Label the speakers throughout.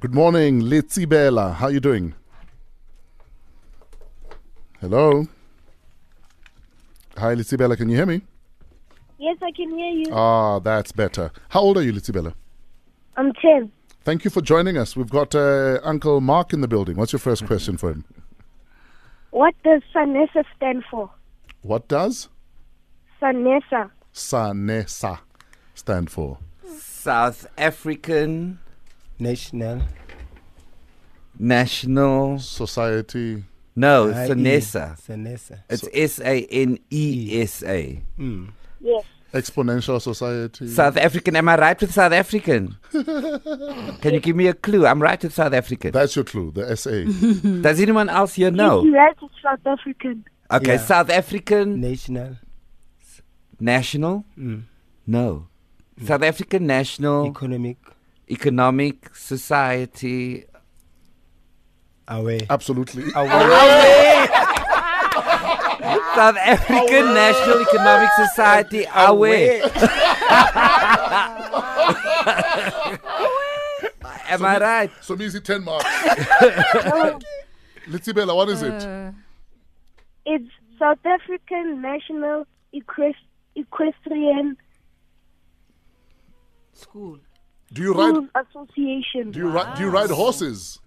Speaker 1: Good morning, Letsibela. How you doing? Hello. Hi, Letsibela. Can you hear me?
Speaker 2: Yes, I can hear you.
Speaker 1: Ah, that's better. How old are you, Letsibela?
Speaker 2: I'm 10.
Speaker 1: Thank you for joining us. We've got uh, Uncle Mark in the building. What's your first question for him?
Speaker 2: What does SANESA stand for?
Speaker 1: What does
Speaker 2: SANESA.
Speaker 1: SANESA E stand for?
Speaker 3: South African
Speaker 4: National.
Speaker 3: National.
Speaker 1: Society.
Speaker 3: No,
Speaker 4: IE,
Speaker 3: Sanesa.
Speaker 4: Senesa.
Speaker 3: It's S A N E S A.
Speaker 2: Yes.
Speaker 1: Exponential Society.
Speaker 4: E.
Speaker 3: South African. Am I right with South African? Can you give me a clue? I'm right with South African.
Speaker 1: that's your clue, the SA.
Speaker 3: Does anyone else here
Speaker 2: You
Speaker 3: know?
Speaker 2: write it South African.
Speaker 3: Okay,
Speaker 4: Yeah.
Speaker 3: South African
Speaker 4: National.
Speaker 3: National.
Speaker 4: Mm.
Speaker 3: No. South African National
Speaker 4: Economic.
Speaker 3: Economic Society.
Speaker 4: Away.
Speaker 1: Absolutely.
Speaker 3: South African National Economic Society. Away. Am I right?
Speaker 1: So means 10 marks. Letsibela, what is it?
Speaker 5: Uh,
Speaker 2: It's South African National Equest- Equestrian
Speaker 5: school.
Speaker 1: Do you ride
Speaker 2: Schools Association.
Speaker 1: do you ride do you ride horses?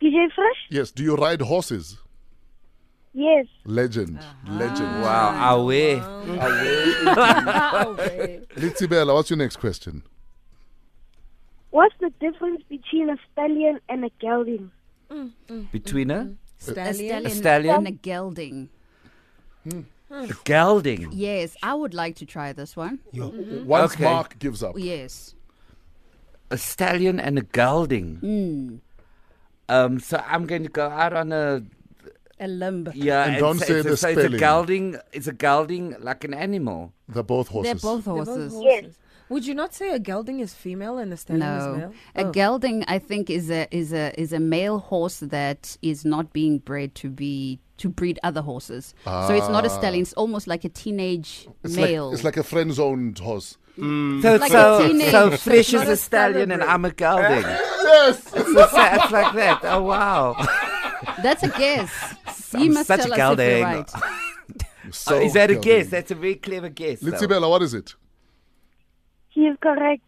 Speaker 2: DJ Fresh?
Speaker 1: Yes, do you ride horses?
Speaker 2: Yes.
Speaker 1: Legend. Legend.
Speaker 3: Wow, away.
Speaker 1: Litsibela, what's your next question?
Speaker 2: What's the difference between a stallion and a gelding?
Speaker 3: Between a
Speaker 5: A stallion,
Speaker 3: A stallion?
Speaker 5: and a gelding.
Speaker 3: gelding.
Speaker 5: Yes, I would like to try this one.
Speaker 1: Once
Speaker 3: Okay.
Speaker 1: Mark gives up.
Speaker 5: Yes.
Speaker 3: A stallion and a gelding.
Speaker 5: Hmm.
Speaker 3: Um, so I'm going to go out on a
Speaker 5: A limb.
Speaker 3: yeah.
Speaker 1: And don't
Speaker 3: say
Speaker 1: say
Speaker 3: it's, a-
Speaker 1: the
Speaker 3: so it's a
Speaker 1: spelling.
Speaker 3: gelding. It's a gelding like an animal.
Speaker 1: They're both horses.
Speaker 5: They're both
Speaker 6: They're both
Speaker 5: horses.
Speaker 2: Yes.
Speaker 6: Would you not say a gelding is female and a stallion is
Speaker 5: No,
Speaker 6: male?
Speaker 5: a
Speaker 6: Oh.
Speaker 5: gelding I think is a is a is a male horse that is not being bred to be to breed other horses. So it's not a stallion. It's almost like a teenage
Speaker 1: Ah. it's
Speaker 5: male.
Speaker 1: like it's like a friend zoned horse.
Speaker 3: So
Speaker 5: Like a
Speaker 3: so,
Speaker 5: teenage-
Speaker 3: so
Speaker 5: It's
Speaker 3: fresh
Speaker 6: not
Speaker 3: is
Speaker 6: a
Speaker 3: a stallion and I'm
Speaker 6: thoroughbred.
Speaker 3: a gelding.
Speaker 1: Yes.
Speaker 3: it's, so sad, it's like that. Oh wow.
Speaker 5: That's a guess.
Speaker 3: I'm
Speaker 5: you must
Speaker 3: such
Speaker 5: tell
Speaker 3: a
Speaker 5: us if
Speaker 3: gelding.
Speaker 5: you're right.
Speaker 1: So
Speaker 3: Uh, is that a
Speaker 1: gelding.
Speaker 3: guess? That's a very clever guess. though.
Speaker 1: Litsibela, what is it?
Speaker 2: He is correct.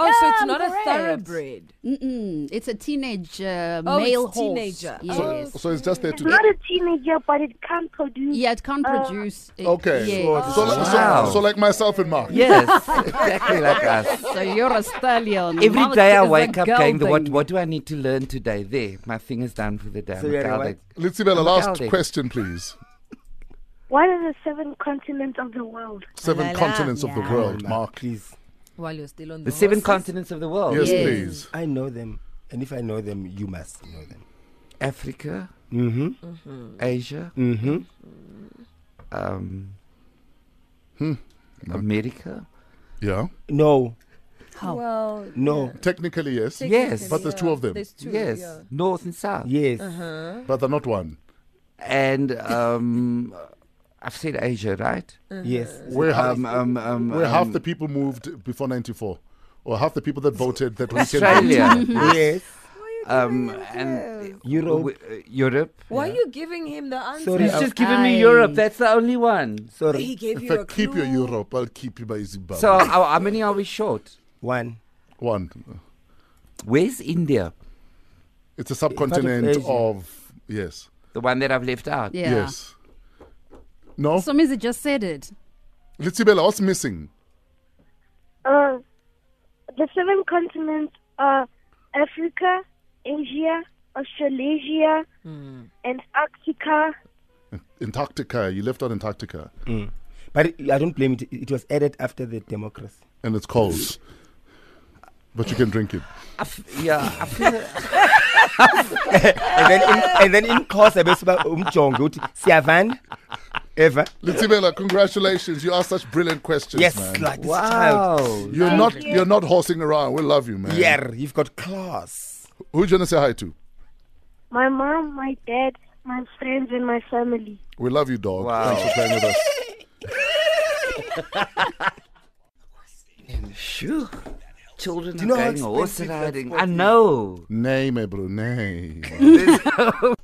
Speaker 6: Oh, so it's
Speaker 5: I'm
Speaker 6: not
Speaker 5: correct.
Speaker 6: a thoroughbred.
Speaker 5: Mm-mm. It's a teenage uh,
Speaker 6: Oh,
Speaker 5: male
Speaker 6: it's
Speaker 5: horse.
Speaker 6: teenager.
Speaker 5: Yes.
Speaker 6: Oh.
Speaker 1: So it's just there
Speaker 2: It's
Speaker 1: to
Speaker 2: not a teenager, but it can produce.
Speaker 5: Yeah, it can't
Speaker 6: Ah.
Speaker 5: produce. it-
Speaker 1: Okay.
Speaker 5: yes.
Speaker 1: So, li- so-
Speaker 3: Wow.
Speaker 1: so like myself and Mark.
Speaker 3: Yes, exactly like us.
Speaker 5: So you're a stallion.
Speaker 3: Every
Speaker 5: Mark
Speaker 3: day I
Speaker 5: is a
Speaker 3: wake up going, what,
Speaker 5: gelding.
Speaker 3: what do I need to learn today? There, my thing is done for the day. I'm
Speaker 4: So
Speaker 3: a
Speaker 4: you're
Speaker 3: gelding.
Speaker 4: right.
Speaker 1: Litsibela,
Speaker 3: I'm a
Speaker 1: last
Speaker 3: gelding.
Speaker 1: question, please.
Speaker 2: What are the seven continents of the world?
Speaker 1: Seven
Speaker 6: la la.
Speaker 1: continents of the
Speaker 5: Yeah.
Speaker 1: world, Mark.
Speaker 4: Please.
Speaker 6: While you're still on
Speaker 3: The
Speaker 6: the,
Speaker 3: seven
Speaker 6: horses.
Speaker 3: continents of the world.
Speaker 1: Yes,
Speaker 5: Yes.
Speaker 1: please.
Speaker 4: I know them. And if I know them, you must know them.
Speaker 3: Africa,
Speaker 4: Mm-hmm.
Speaker 3: Asia,
Speaker 4: Mm-hmm.
Speaker 3: um, America.
Speaker 1: Yeah.
Speaker 4: No.
Speaker 5: How?
Speaker 6: Well,
Speaker 4: No.
Speaker 1: Technically, yes.
Speaker 6: yeah.
Speaker 3: Yes.
Speaker 6: Technically,
Speaker 1: But there's
Speaker 6: yeah.
Speaker 1: two of them.
Speaker 6: There's two.
Speaker 3: yes,
Speaker 6: yeah.
Speaker 3: North and South.
Speaker 4: Yes.
Speaker 1: But they're not one.
Speaker 3: And um, I've said Asia, right?
Speaker 4: Uh, Yes.
Speaker 1: Where, ha-
Speaker 3: Um, um, um,
Speaker 1: where
Speaker 3: um,
Speaker 1: half the people moved before 94. Or half the people that voted that weekend.
Speaker 3: Australia.
Speaker 4: yes.
Speaker 3: um, and
Speaker 4: Europe.
Speaker 3: w- uh, Europe.
Speaker 6: Why are you giving him the answer?
Speaker 4: Sorry.
Speaker 3: He's
Speaker 4: Yeah.
Speaker 3: just given me
Speaker 5: Aye.
Speaker 3: Europe. That's the only one.
Speaker 4: Sorry.
Speaker 6: He gave
Speaker 1: If
Speaker 6: you
Speaker 1: I
Speaker 6: a
Speaker 1: keep your
Speaker 6: clue.
Speaker 1: Europe, I'll keep you by Zimbabwe.
Speaker 3: So how, how many are we short?
Speaker 4: One.
Speaker 1: one.
Speaker 3: Where's India?
Speaker 1: It's a
Speaker 4: of
Speaker 1: subcontinent
Speaker 4: Asia.
Speaker 1: of. Yes.
Speaker 3: The one that I've left out.
Speaker 5: Yeah.
Speaker 1: Yes. No?
Speaker 5: So Mizzy just said it.
Speaker 1: Litsibela, what's missing?
Speaker 2: Uh, the seven continents are Africa, Asia, Australasia, Antarctica.
Speaker 1: Antarctica. You left out Antarctica.
Speaker 4: But it- I don't blame it. It was added after the democracy.
Speaker 1: And it's cold. but you can drink it.
Speaker 3: I f- yeah, I feel,
Speaker 4: And then in, and then in course, abesiba umjongo uthi siyavana ever.
Speaker 1: Litsibela, congratulations. You asked such brilliant questions,
Speaker 4: Yes,
Speaker 1: man.
Speaker 4: like this child.
Speaker 3: wow.
Speaker 1: You're
Speaker 2: Thank
Speaker 1: not
Speaker 2: you.
Speaker 1: you. are not horsing around. We love you, man.
Speaker 4: Yeah, you've got class.
Speaker 1: Who do you want to say hi to?
Speaker 2: My mom, my dad, my friends, and my family.
Speaker 1: We love you, dog.
Speaker 3: Wow.
Speaker 1: Thanks for playing with us.
Speaker 3: Shoo. children
Speaker 4: Do you
Speaker 3: are
Speaker 4: know how
Speaker 3: going horse
Speaker 4: expensive that
Speaker 3: riding.
Speaker 4: sport
Speaker 3: I
Speaker 4: is?
Speaker 3: know.
Speaker 1: Nay, my Blue, nay.